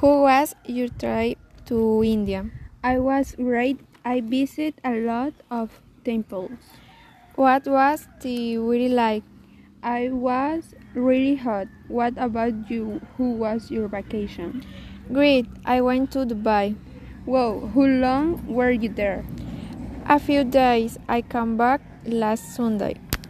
Who was your trip to India? I was great. I visited a lot of temples. What was the weather like? I was really hot. What about you? Who was your vacation? Great. I went to Dubai. Wow, how long were you there? A few days. I came back last Sunday.